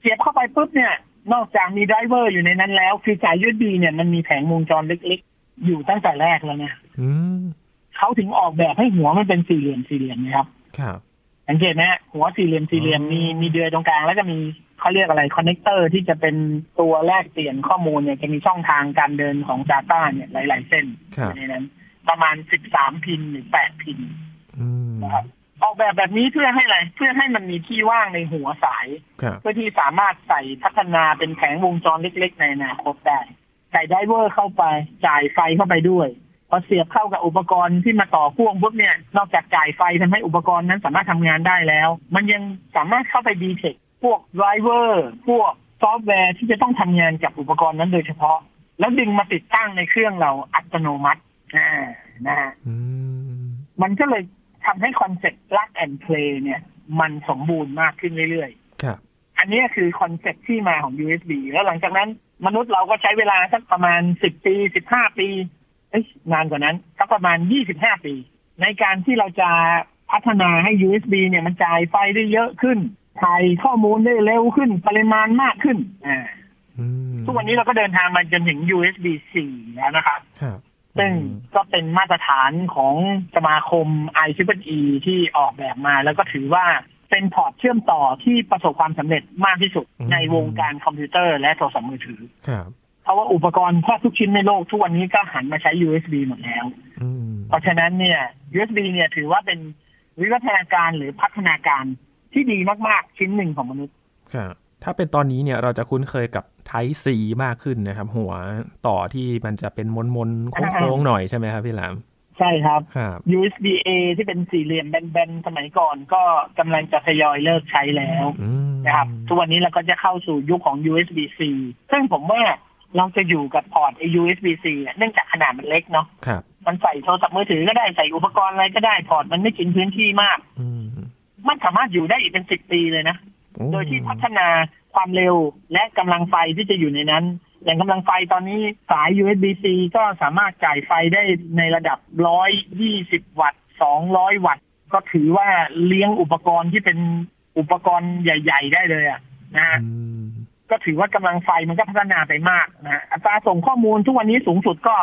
S2: เสียบเข้าไปปุ๊บเนี่ย นอกจากมีไดรเวอร์อยู่ในนั้นแล้ว คือสาย USB เนี่ยมันมีแผงวงจรเล็กๆ อยู่ตั้งแต่แรกแล้วนะ
S1: อืม
S2: เขาถึงออกแบบให้หัวมันเป็นสี่เหลี่ยมสี่เหลี่ยมนะครับ
S1: ครับ
S2: สังเกตไหมฮะหัวสี่เหลี่ยมสี่เหลี่ยม
S1: อืม
S2: มีมีเดือยตรงกลางแล้วก็มีเขาเรียกอะไรคอนเนคเตอร์ที่จะเป็นตัวแลกเปลี่ยนข้อมูลเนี่ยจะมีช่องทางการเดินของ Data เนี่ยหลาย ๆ เส้น
S1: ครับ
S2: ในนั้น ประมาณ 13 พินหรือ 8 พิน
S1: อืม
S2: นะครับออกแบบแบบนี้เพื่อให้อะไร เพื่อให้มันมีที่ว่างในหัวสาย
S1: ครับ
S2: เพื่อที่สามารถใส่พัฒนาเป็นแผงวงจรเล็ก ๆ ในอนาคตได้ใส่ไดเวอร์เข้าไปจ่ายไฟเข้าไปด้วยพอเสียบเข้ากับอุปกรณ์ที่มาต่อพ่วงปุ๊บเนี่ย นอกจากจ่ายไฟทำให้อุปกรณ์นั้นสามารถทำงานได้แล้ว มันยังสามารถเข้าไปดีเทคพวกไดเวอร์พวกซอฟต์แวร์ที่จะต้องทำงานกับอุปกรณ์นั้นโดยเฉพาะ แล้วดึงมาติดตั้งในเครื่องเราอัตโนมัติ อ่านะฮะ
S1: อืม
S2: มันก็เลยทำให้คอนเซ็ปต์ลักแอนเพลย์เนี่ย มันสมบูรณ์มากขึ้นเรื่อย
S1: ครับ
S2: ๆ อันเนี้ยคือคอนเซ็ปต์ที่มาของ USB แล้วหลังจากนั้นมนุษย์เราก็ใช้เวลาสักประมาณ 10 ปี 15 ปีเอ้ยนานกว่านั้นสักประมาณ 25 ปี ในการที่เราจะพัฒนาให้ USB เนี่ยมันจ่ายไฟได้เยอะขึ้นถ่ายข้อมูลได้เร็วขึ้นปริมาณมากขึ้นอ่า
S1: อืม
S2: ทุกวันนี้เราก็เดินทางมาจนถึง USB 4 แล้วนะครับ
S1: ครับ
S2: ซึ่งก็เป็นมาตรฐานของสมาคม i c e ที่ออกแบบมา แล้วก็ถือว่าเป็นพอร์ตเชื่อมต่อที่ประสบความสำเร็จมากที่สุดในวงการคอมพิวเตอร์และโทรศัพท์มือถือ
S1: ครับ
S2: เพราะว่าอุปกรณ์แทบทุกชิ้นในโลกทุกวันนี้ก็หันมาใช้ USB หมดแล้ว
S1: อืม
S2: เพราะฉะนั้นเนี่ย USB เนี่ยถือว่าเป็นวิวัฒนาการหรือพัฒนาการที่ดีมากๆชิ้นหนึ่งของมนุษย์
S1: ครับถ้าเป็นตอนนี้เนี่ยเราจะคุ้นเคยกับ Type C มากขึ้นนะครับ หัวต่อที่มันจะเป็นมนมนๆโค้งๆหน่อยใช่ไหมครับพี่หลาม
S2: ใช่ครับ
S1: ครับ
S2: USB A ที่เป็นสี่เหลี่ยมแบนๆสมัยก่อนก็กำลังจะทยอยเลิกใช้แล้ว
S1: อืม
S2: นะครับทุกวันนี้เราก็จะเข้าสู่ยุคของ USB-C ซึ่งผมว่าเราจะอยู่กับพอร์ตไอ้ USB-C อะเนื่องจากขนาดมันเล็กเนาะ
S1: ครับ
S2: มันใส่โทรศัพท์มือถือก็ได้ใส่อุปกรณ์อะไรก็ได้พอร์ตมันไม่กินพื้นที่มาก
S1: อืม
S2: มันสามารถอยู่ได้อีกเป็นสิบปีเลยนะ
S1: โอ้
S2: โดยที่พัฒนาความเร็วและกำลังไฟที่จะอยู่ในนั้น แหล่งกำลังไฟตอนนี้สาย USB-C ก็สามารถจ่ายไฟได้ในระดับ 120 วัตต์ 200 วัตต์ ก็ถือว่าเลี้ยงอุปกรณ์ที่เป็นอุปกรณ์ใหญ่ ๆ ได้เลยอะนะฮะ
S1: อืม
S2: ก็ถือว่ากำลังไฟมันก็พัฒนาไปมากนะฮะอัตราส่งข้อมูลทุกวันนี้สูงสุดก็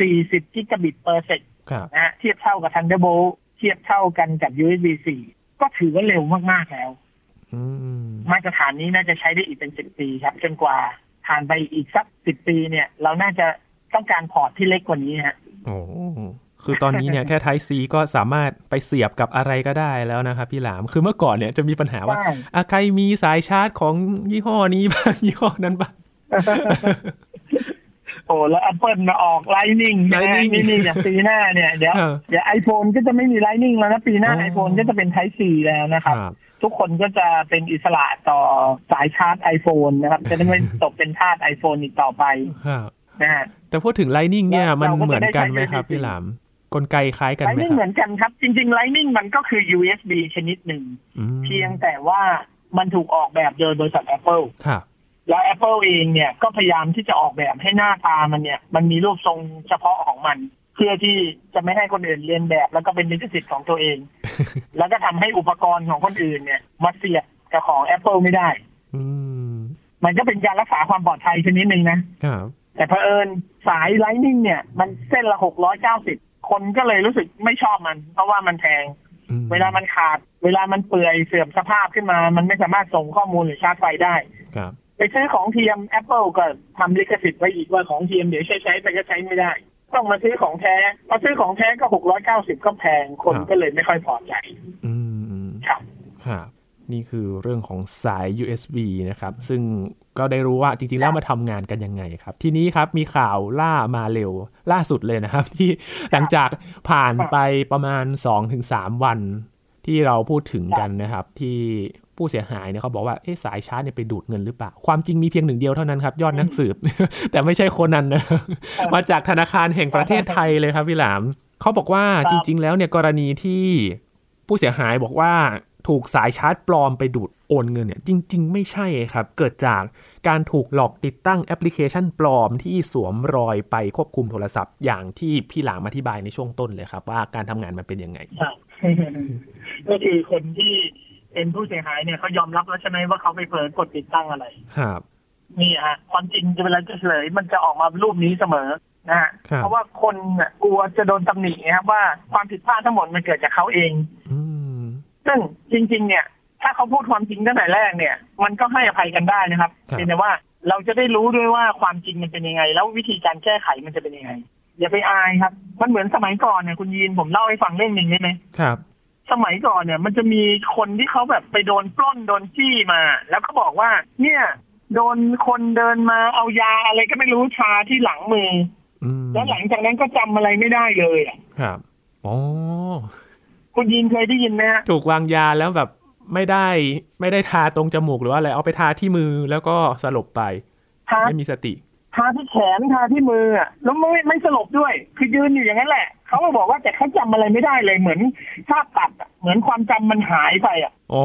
S2: 40 กิกะบิตเปอร์เซก
S1: ครับ
S2: นะฮะเทียบเท่ากับ Thunderbolt เทียบเท่ากันกับ USB 4 ก็ถือว่าเร็วมาก ๆ แล้ว
S1: อืม
S2: มาตรฐานนี้น่าจะใช้ได้อีกเป็น 10 ปีครับ จนกว่าผ่านไปอีกสัก 10 ปีเนี่ย เราน่าจะต้องการพอร์ตที่เล็กกว่านี้ฮะ
S1: โอ้คือตอนนี้เนี่ย แค่ Type C ก็สามารถไปเสียบกับอะไรก็ได้แล้วนะครับพี่หลามคือเมื่อก่อนเนี่ยจะมีปัญหาว่า
S2: ใช่
S1: อะใครมีสายชาร์จของยี่ห้อนี้บ้าง ยี่ห้อนั้นบ้าง
S2: โอ้แล้ว Apple มาออก Lightning นะ
S1: Lightning
S2: นี่นี่อย่างปีหน้าเนี่ยเดี๋ยว
S1: เออ
S2: เดี๋ยว iPhone ก็จะไม่มี Lightning แล้วนะปีหน้า
S1: อ๋อ
S2: iPhone ก็จะเป็น Type C แล้ว นะครับ
S1: ครับ
S2: ทุกคนก็จะเป็นอิสระต่อสายชาร์จ iPhone นะครับ จะได้ไม่ ตกเป็นทาส iPhone อีกต่อไป
S1: ครับ
S2: นะฮะ
S1: แต่พูดถึง Lightning เนี่ย
S2: เรา
S1: มัน
S2: เราก็
S1: เหมือนกันไหมครับ
S2: จะได้ใช้
S1: พี่หลามกลไกคล้ายกันไหมค
S2: Lightning
S1: รับ
S2: เหมือนกันครับ จริง ๆ Lightning มันก็คือ USB ชนิดหนึ่ง
S1: อืม
S2: เพียงแต่ว่ามันถูกออกแบบโดยบริษัท Apple
S1: ครับ
S2: แล้ว Apple เองเนี่ยก็พยายามที่จะออกแบบให้หน้าตามันเนี่ย มันมีรูปทรงเฉพาะของมัน เพื่อที่จะไม่ให้คนอื่นเลียนแบบ แล้วก็เป็นลิขสิทธิ์ของตัวเอง แล้วก็ทำให้อุปกรณ์ของคนอื่นเนี่ยมาเสียบกับของ Apple ไม่ได้
S1: อืม
S2: มันก็เป็นการรักษาความปลอดภัยชนิดหนึ่งนะ
S1: ครับ
S2: แต่เผอิญสายไลนิ่งเนี่ย มันเส้นละหกร้อยเก้าสิบคนก็เลยรู้สึกไม่ชอบมัน เพราะว่ามันแพง
S1: อืม
S2: เวลามันขาด เวลามันเปื่อยเสื่อมสภาพขึ้นมา มันไม่สามารถส่งข้อมูลหรือชาร์จไฟได้
S1: ครับ
S2: ไปซื้อของเทียม Apple ก็ทำลิขสิทธิ์ไว้อีกว่าของเทียมเดี๋ยวใช้ใช้ไปก็ใช้ไม่ได้ ต้องมาซื้อของแท้มาซื้อของแท้ก็หกร้อยเก้าสิบก็แพงคนก็เลยไม่ค่อยพอใจ
S1: อืมอืม
S2: ครับ
S1: ครับนี่คือเรื่องของสาย USB นะครับ ซึ่งก็ได้รู้ว่าจริงๆ แล้วมาทำงานกันยังไงครับ ทีนี้ครับมีข่าวล่ามาเร็วล่าสุดเลยนะครับ ที่หลังจากผ่านไปประมาณ 2-3 วัน ที่เราพูดถึงกันนะครับ ที่ผู้เสียหายเนี่ยเขาบอกว่าเอ๊ะสายชาร์จเนี่ยไปดูดเงินหรือเปล่า ความจริงมีเพียงหนึ่งเดียวเท่านั้นครับ ยอดนักสืบ แต่ไม่ใช่คนนั้นนะ มาจากธนาคารแห่งประเทศไทยเลยครับพี่หลามเขาบอกว่า
S2: ครับ
S1: จริง ๆ แล้วเนี่ยกรณีที่ ผู้เสียหายบอกว่าถูกสายชาร์จปลอมไปดูดโอนเงินเนี่ยจริง ๆ ไม่ใช่ครับ เกิดจากการถูกหลอกติดตั้งแอปพลิเคชันปลอมที่สวมรอยไปควบคุมโทรศัพท์ อย่างที่พี่หลามอธิบายในช่วงต้นเลยครับ ว่าการทำงานมันเป็นยังไง
S2: ครับ ก็คือคนที่เป็นผู้เสียหายเนี่ยเขายอมรับแล้วใช่ไหมว่าเขาไปเผลอกดติดตั้งอะไร
S1: ครับ
S2: นี่ฮะความจริงเวลาจะเฉลยมันจะออกมารูปนี้เสมอนะฮะ
S1: ครับ
S2: เพราะว่าคนน่ะกลัวจะโดนตำหนินะครับว่าความผิดพลาดทั้งหมดมันเกิดจากเขาเอง
S1: อืม
S2: ซึ่งจริง ๆ เนี่ย ถ้าเขาพูดความจริงตั้งแต่แรกเนี่ย มันก็ให้อภัยกันได้นะครับเพียงแต่ว่าเราจะได้รู้ด้วยว่าความจริงมันเป็นยังไง แล้ววิธีการแก้ไขมันจะเป็นยังไง อย่าไปอายครับ มันเหมือนสมัยก่อนเนี่ยคุณยีนผมเล่าให้ฟังเรื่องหนึ่งได้ไหม
S1: ครับ
S2: สมัยก่อนเนี่ยมันจะมีคนที่เขาแบบไปโดนปล้นโดนจี้มา แล้วก็บอกว่า เนี่ย โดนคนเดินมาเอายาอะไรก็ไม่รู้ชาที่หลังมือ
S1: อืม
S2: แล้วหลังจากนั้นก็จำอะไรไม่ได้เลยอะ
S1: ครับอ๋อ
S2: คุณยินเคยได้ยินไหมฮะ
S1: ถูกวางยาแล้วแบบไม่ได้ไม่ได้ทาตรงจมูกหรือว่าอะไรเอาไปทาที่มือแล้วก็สลบไป
S2: ทา
S1: ไม่มีสติ
S2: ทาที่แขนทาที่มืออะแล้วไม่ไม่สลบด้วย คือยืนอยู่อย่างนั้นแหละ เขาก็บอกว่าแต่เขาจำอะไรไม่ได้เลยเหมือนภาพตัดอะเหมือนความจำมันหายไปอ่ะ
S1: อ๋อ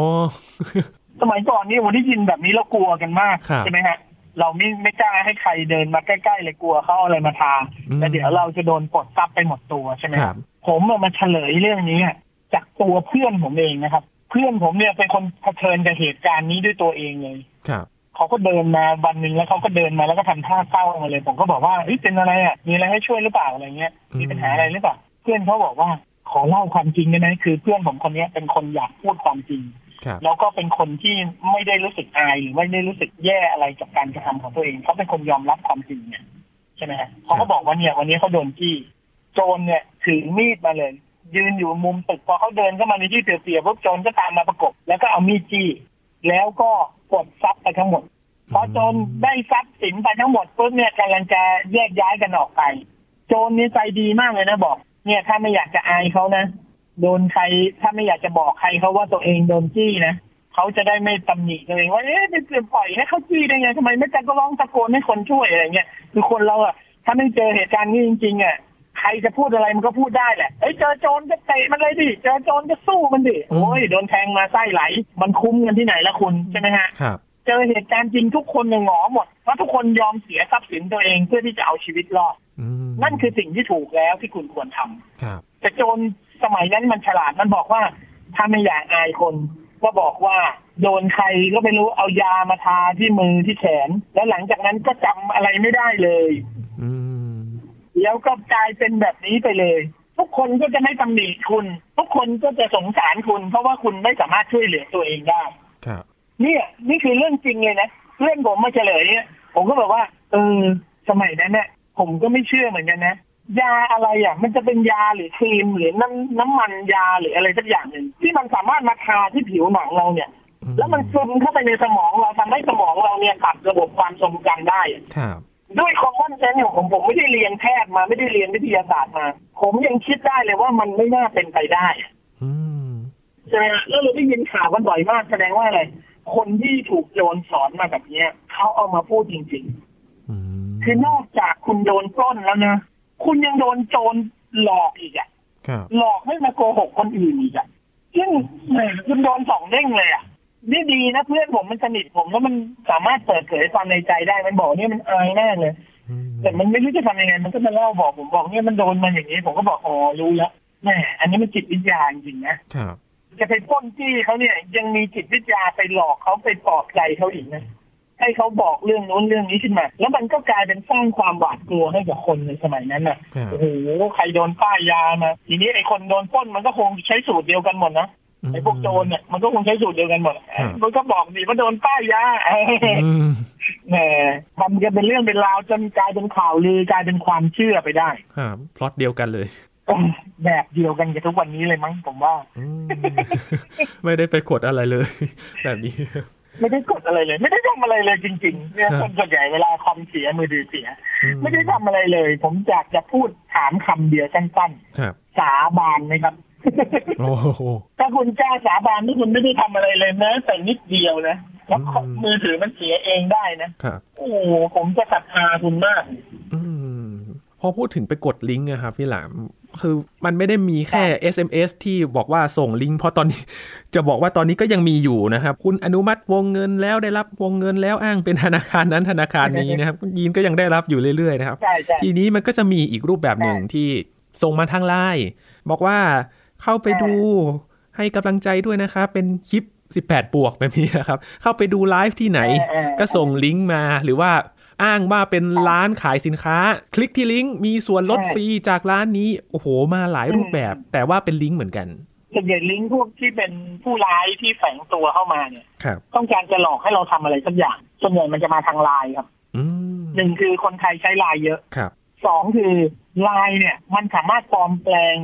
S2: สมัยก่อนนี่วันที่ยินแบบนี้เรากลัวกันมาก
S1: ครับ
S2: ใช่ไหมฮะ เราไม่ไม่กล้าให้ใครเดินมาใกล้ๆเลยกลัวเขาเอาอะไรมาทาแล้วเดี๋ยวเราจะโดนปลดทรัพย์ไปหมดตัวใช่ไหม
S1: ค
S2: ฮะ
S1: รับ
S2: ผมอะมาเฉลยเรื่องนี้อะจากตัวเพื่อนผมเองนะครับ เพื่อนผมเนี่ยเป็นคนเผชิญกับเหตุการณ์นี้ด้วยตัวเองเลย
S1: ครับ
S2: เขาก็เดินมาวันหนึ่งแล้วเขาก็เดินมาแล้วก็ทำท่าเศร้ามาเลย ผมก็บอกว่าเอ้ยเป็นอะไรอ่ะมีอะไรให้ช่วยหรือเปล่าอะไรเงี้ยมีปัญหาอะไรหรือเปล่าเพื่อนเขาบอกว่าขอเล่าความจริงได้ไหมคือเพื่อนผมคนเนี้ยเป็นคนอยากพูดความจริง
S1: ครับ
S2: แล้วก็เป็นคนที่ไม่ได้รู้สึกอายหรือไม่ได้รู้สึกแย่อะไรกับการกระทำของตัวเองเขาเป็นคนยอมรับความจริงเนี่ยใช่ไหมฮะเขาก็บอกว่าเนี่ยวันนี้เขาโดนจี้โจรเนี่ยถือมีดมาเลย ยืนอยู่มุมตึกพอเขาเดินเข้ามาในที่เปลี่ยวๆปุ๊บโจรก็ตามมาประกบ แล้วก็เอามีดจี้ แล้วก็กดซับไปทั้งหมด พอโจรได้ทรัพย์สินไปทั้งหมดปุ๊บเนี่ยกำลังจะแยกย้ายกันออกไป โจรเนี่ยใจดีมากเลยนะบอก เนี่ยถ้าไม่อยากจะอายเขานะ โดนใครถ้าไม่อยากจะบอกใครเขาว่าตัวเองโดนจี้นะเขาจะได้ไม่ตำหนิตัวเองว่าเอ๊ะไปเกือบปล่อยให้เขาจี้ได้ไงทำไมไม่ตะก็ร้องตะโกนให้คนช่วยอะไรเงี้ยคือคนเราอะถ้าไม่เจอเหตุการณ์นี้จริงๆอะใครจะพูดอะไรมันก็พูดได้แหละเอ้ยเจอโจรก็เตะมันเลยดิเจอโจรก็สู้มันดิโอ้ยโดนแทงมาไส้ไหล มันคุ้มกันที่ไหนละคุณใช่ไหมฮะ
S1: ครับ
S2: เจอเหตุการณ์จริงทุกคนเนี่ยหงอหมดเพราะทุกคนยอมเสียทรัพย์สินตัวเองเพื่อที่จะเอาชีวิตรอด
S1: อืม
S2: นั่นคือสิ่งที่ถูกแล้วที่คุณควรทำ
S1: ครับ
S2: แต่โจรสมัยนั้นมันฉลาดมันบอกว่าถ้าไม่อยากอายคนก็บอกว่าโดนใครก็ไม่รู้เอายามาทาที่มือที่แขน แล้วหลังจากนั้นก็จำอะไรไม่ได้เลย
S1: อืม
S2: แล้วก็กลายเป็นแบบนี้ไปเลย ทุกคนก็จะไม่ตำหนิคุณ ทุกคนก็จะสงสารคุณ เพราะว่าคุณไม่สามารถช่วยเหลือตัวเองได้
S1: ครับ
S2: เนี่ยนี่คือเรื่องจริงเลยนะเรื่องผมมาเฉลยเนี่ยผมก็แบบว่า เออ สมัยนั้นเนี่ยผมก็ไม่เชื่อเหมือนกันนะ ยาอะไรอ่ะ มันจะเป็นยาหรือครีมหรือน้ำน้ำมันยาหรืออะไรสักอย่างหนึ่งที่มันสามารถมาทาที่ผิวหนังเราเนี่ย
S1: อื
S2: แล้วมันซึมเข้าไปในสมองเราทำให้สมองเราเนี่ยตัดระบบความทรงจำได้อะ
S1: ครับ
S2: ด้วยคอมมอนเซนส์ของผมผมไม่ได้เรียนแพทย์มาไม่ได้เรียนวิทยาศาสตร์มา ผมยังคิดได้เลยว่ามันไม่น่าเป็นไปได้อะ
S1: อืม
S2: ใช่ไหมฮะแล้วเราได้ยินข่าวกันบ่อยมากแสดงว่าอะไร คนที่ถูกโจรสอนมาแบบเนี้ยเขาเอามาพูดจริง
S1: อืม
S2: ๆ คือนอกจากคุณโดนปล้นแล้วนะ คุณยังโดนโจรหลอกอีกอะ
S1: ครับ
S2: หลอกให้มาโกหกคนอื่นอีกอะซึ่งแหมคุณโดนสองเด้งเลยอะนี่ดีนะเพื่อนผมมันสนิทผมแล้วมันสามารถเปิดเผยความในใจได้มันบอกเนี่ยมันอายแน่เลย
S1: อืม
S2: แต่มันไม่รู้จะทำยังไง มันก็มาเล่าบอกผมบอกเนี่ยมันโดนมาอย่างนี้ ผมก็บอกอ๋อรู้แล้วแหมอันนี้มันจิตวิทยาจริงๆนะ
S1: ครับ
S2: จะไปปล้นจี้เขาเนี่ยยังมีจิตวิทยาไปหลอกเขาไปปลอบใจเขาอีกนะให้เขาบอกเรื่องโน้นเรื่องนี้ขึ้นมา แล้วมันก็กลายเป็นสร้างความหวาดกลัวให้กับคนในสมัยนั้นน่ะ
S1: ครับ
S2: โอ้โหใครโดนป้ายยามาทีนี้ไอ้คนโดนปล้นมันก็คงใช้สูตรเดียวกันหมดนะไอ้พวกโจรเนี่ยมันก็คงใช้สูตรเดียวกันหมดมันก็บอกดีว่าโดนป้ายยา
S1: อืม
S2: แหมทำกันเป็นเรื่องเป็นราวจนกลายเป็นข่าวลือกลายเป็นความเชื่อไปได้
S1: ครับพล็อตเดียวกันเลย
S2: แบบเดียวกันกับทุกวันนี้เลยมั้งผมว่า
S1: อืมไม่ได้ไปกดอะไรเลย แบบนี้
S2: ไม่ได้กดอะไรเลย ไม่ได้ทำอะไรเลยจริงๆเนี่
S1: ค
S2: ย
S1: รับ
S2: คนส่วนใหญ่เวลาคอมเสียมือถือเสีย
S1: อื
S2: ไม่ได้ทำอะไรเลย ผมอยากจะพูดถามคำเดียวสั้น
S1: ครับ
S2: ๆ สาบานไหมครับ
S1: โอ้โห
S2: ถ้าคุณกล้าสาบานที่คุณไม่ได้ทำอะไรเลยแม้แต่นิดเดียวนะแล้ว
S1: อืม
S2: มือถือมันเสียเองได้นะครับ โอ้โหผมจะศรัทธาคุณมาก
S1: อืมพอพูดถึงไปกดลิงก์อะครับพี่หลาม คือมันไม่ได้มีแค่ SMS ที่บอกว่าส่งลิงก์เพราะตอนนี้ จะบอกว่าตอนนี้ก็ยังมีอยู่นะครับ คุณอนุมัติวงเงินแล้วได้รับวงเงินแล้วอ้างเป็นธนาคารนั้นธนาคารนี้นะครับ ยีนก็ยังได้รับอยู่เรื่อยๆนะครับ
S2: ใช่ใช่
S1: ทีนี้มันก็จะมีอีกรูปแบบหนึ่งที่ส่งมาทางไลน์บอกว่าเข้าไปดูให้กำลังใจด้วยนะครับ เป็นคลิป 18 บวกแบบนี้นะครับ เข้าไปดูไลฟ์ที่ไหน
S2: เออเออ
S1: ก็ส่งลิงก์มาหรือว่าอ้างว่าเป็นร้านขายสินค้า คลิกที่ลิงก์มีส่วนลดฟรีจากร้านนี้ โอ้โหมาหลายรูปแบบ แต่ว่าเป็นลิงก์เหมือนกัน
S2: ส่วนใหญ่ลิงก์พวกที่เป็นผู้ร้ายที่แฝงตัวเข้ามาเนี่ย
S1: ครับ
S2: ต้องการจะหลอกให้เราทำอะไรสักอย่าง ส่วนใหญ่มันจะมาทางไลน์ครับ
S1: อืม
S2: หนึ่งคือคนไทยใช้ไลน์เยอะ
S1: ครับ
S2: สองคือไลน์เนี่ย มันสามารถปลอมแปลง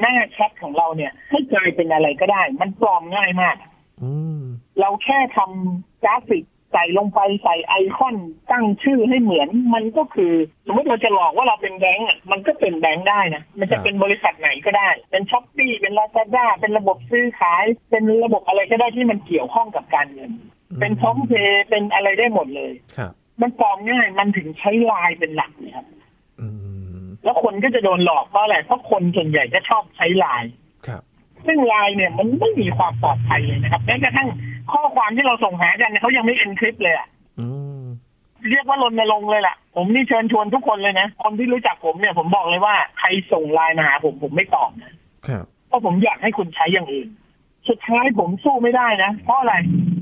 S2: หน้าแชทของเราเนี่ย ให้กลายเป็นอะไรก็ได้ มันปลอมง่ายมาก
S1: อืม
S2: เราแค่ทำกราฟิกใส่ลงไปใส่ไอคอนตั้งชื่อให้เหมือน มันก็คือ สมมติเราจะหลอกว่าเราเป็นแบงก์อะมันก็เป็นแบงก์ได้นะ มันจะเป็นบริษัทไหนก็ได้ เป็นช้อปปี้เป็นลาซาด้าเป็นระบบซื้อขาย เป็นระบบอะไรก็ได้ที่มันเกี่ยวข้องกับการเงิน เป็นพร้อมเพย์เป็นอะไรได้หมดเลย
S1: ครับ
S2: มันปลอมง่ายมันถึงใช้ไลน์เป็นหลักเนี่ยครับ
S1: อืม
S2: แล้วคนก็จะโดนหลอกเพราะอะไรเพราะคนส่วนใหญ่ก็ชอบใช้ไลน์
S1: ครับ
S2: ซึ่งไลน์เนี่ยมันไม่มีความปลอดภัยเลยนะครับแม้กระทั่งข้อความที่เราส่งหากันเนี่ยเขายังไม่เอนคริปเลยอะ
S1: อืม
S2: เรียกว่ารณรงค์เลยล่ะ ผมนี่เชิญชวนทุกคนเลยนะ คนที่รู้จักผมเนี่ยผมบอกเลยว่าใครส่งไลน์มาหาผมผมไม่ตอบนะครับ เพราะผมอยากให้คุณใช้อย่างอื่น สุดท้ายผมสู้ไม่ได้นะ เพราะอะไร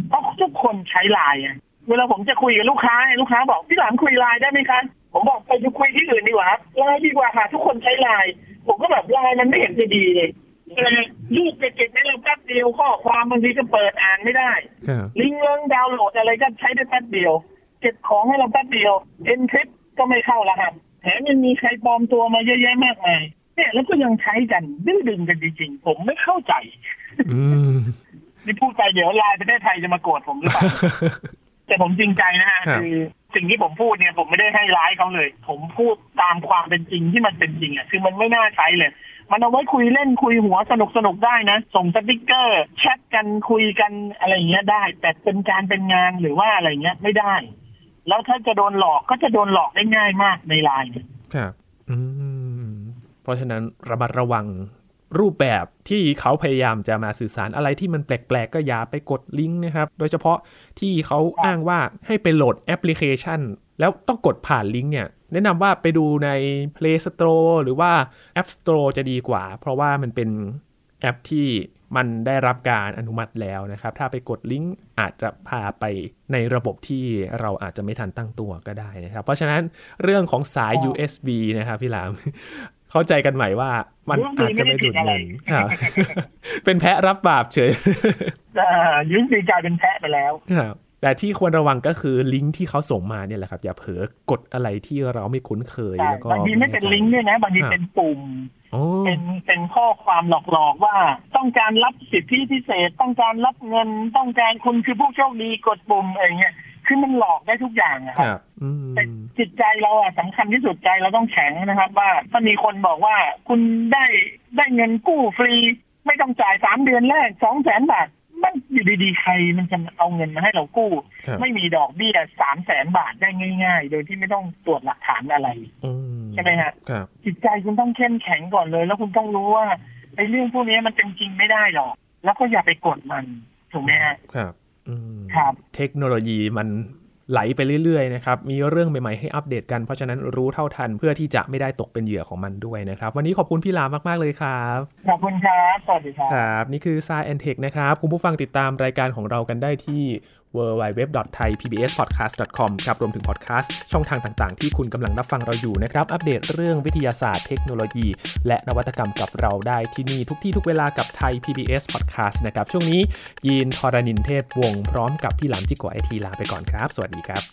S2: เพราะทุกคนใช้ไลน์อะเวลาผมจะคุยกับลูกค้าเนี่ยลูกค้าบอกพี่หลามคุยไลน์ได้ไหมคะผมบอกไปคุยที่อื่นดีกว่าครับไลน์ดีกว่าค่ะทุกคนใช้ไลน์ผมก็แบบไลน์มันไม่เห็นจะดีเลยลูกเก็บๆไม่เราแป๊บเดียวข้อความบางทีก็เปิดอ่านไม่ได้
S1: ครับ
S2: ลิงก์เลิงดาวน์โหลดอะไรก็ใช้ได้แป๊บเดียว เก็บของให้เราแป๊บเดียวเอนคริปก็ไม่เข้ารหัสแถมยังมีใครปลอมตัวมาเยอะแยะมากมายเนี่ยแล้วก็ยังใช้กันดื้อดึงกันจริงๆผมไม่เข้าใจ
S1: อืม
S2: นี่พูดไปเดี๋ยวไลน์ประเทศไทยจะมาโกรธผมหรือเปล่า แต่ผมจริงใจนะฮะ
S1: ครับ
S2: คือสิ่งที่ผมพูดเนี่ยผมไม่ได้ให้ร้ายเขาเลย ผมพูดตามความเป็นจริงที่มันเป็นจริงอ่ะคือมันไม่น่าใช้เลย มันเอาไว้คุยเล่นคุยหัวสนุกสนุกได้นะ ส่งสติ๊กเกอร์แชทกันคุยกันอะไรอย่างเงี้ยได้ แต่เป็นการเป็นงานหรือว่าอะไรเงี้ยไม่ได้ แล้วถ้าจะโดนหลอกก็จะโดนหลอกได้ง่ายมากในไลน์เนี่ย
S1: ครับ อืม เพราะฉะนั้นระมัดระวังรูปแบบที่เขาพยายามจะมาสื่อสารอะไรที่มันแปลกๆ ก็อย่าไปกดลิงก์นะครับ โดยเฉพาะที่เขาอ้างว่าให้ไปโหลดแอปพลิเคชัน แล้วต้องกดผ่านลิงก์เนี่ย แนะนำว่าไปดูใน Play Store หรือว่า App Store จะดีกว่า เพราะว่ามันเป็นแอปที่มันได้รับการอนุมัติแล้วนะครับ ถ้าไปกดลิงก์อาจจะพาไปในระบบที่เราอาจจะไม่ทันตั้งตัวก็ได้นะครับ เพราะฉะนั้นเรื่องของสาย USB นะครับพี่หลาม เข้าใจกันใหม่ว่ามันอาจจะไม่ดูดเงิน ครับ เป็นแพะรับบาปเฉย
S2: อ่ายุ่งดีกลายเป็นแพะไปแล้ว
S1: ครับแต่ที่ควรระวังก็คือลิงก์ที่เขาส่งมาเนี่ยแหละครับ อย่าเผลอกดอะไรที่เราไม่คุ้นเคย
S2: ใช่
S1: แล้วก็
S2: บางทีไม่เป็นลิงก์ด้วยนะ บางทีเป็นปุ่ม
S1: โอ้
S2: เป็นเป็นข้อความหลอกๆว่า ต้องการรับสิทธิพิเศษ ต้องการรับเงิน ต้องการคุณคือผู้โชคดีกดปุ่มอะไรเงี้ยคือมันหลอกได้ทุกอย่างอะ
S1: ค
S2: ครับ
S1: รับ อืม
S2: แต่จิตใจเราอะสำคัญที่สุดใจเราต้องแข็งนะครับ ว่าถ้ามีคนบอกว่าคุณได้ได้เงินกู้ฟรี ไม่ต้องจ่ายสามเดือนแรกสองแสนบาทมันอยู่ดีๆใครมันจะเอาเงินมาให้เรากู้
S1: ครับ
S2: ไม่มีดอกเบี้ยสามแสนบาทได้ง่าย ๆ โดยที่ไม่ต้องตรวจหลักฐานอะไร
S1: อืม
S2: ใช่ไหมฮะ
S1: ครับ
S2: จิตใจคุณต้องเข้มแข็งก่อนเลย แล้วคุณต้องรู้ว่าไอ้เรื่องพวกนี้มันเป็นจริงไม่ได้หรอก แล้วก็อย่าไปกดมันถูกไหมฮะ
S1: ครับอืม
S2: ครับ
S1: เทคโนโลยีมันไหลไปเรื่อยๆนะครับ มีเรื่องใหม่ๆให้อัปเดตกัน เพราะฉะนั้นรู้เท่าทันเพื่อที่จะไม่ได้ตกเป็นเหยื่อของมันด้วยนะครับ วันนี้ขอบคุณพี่หลามมากๆเลยครับ
S2: ขอบคุณครับสวัสดีครับ
S1: ครับ นี่คือ s ายแอนเทคนะครับ คุณผู้ฟังติดตามรายการของเรากันได้ที่ www.thaipbspodcast.com ครับ รวมถึงพอดแคสต์ช่องทางต่างๆ ที่คุณกำลังรับฟังเราอยู่นะครับ อัปเดตเรื่องวิทยาศาสตร์เทคโนโลยี และนวัตกรรมกับเราได้ที่นี่ทุกที่ทุกเวลากับไทย PBS Podcast นะครับ ช่วงนี้ยีนทรณินเทพวงศ์พร้อมกับพี่หลามจิกโกไอทีลาไปก่อนครับ สวัสดีครับ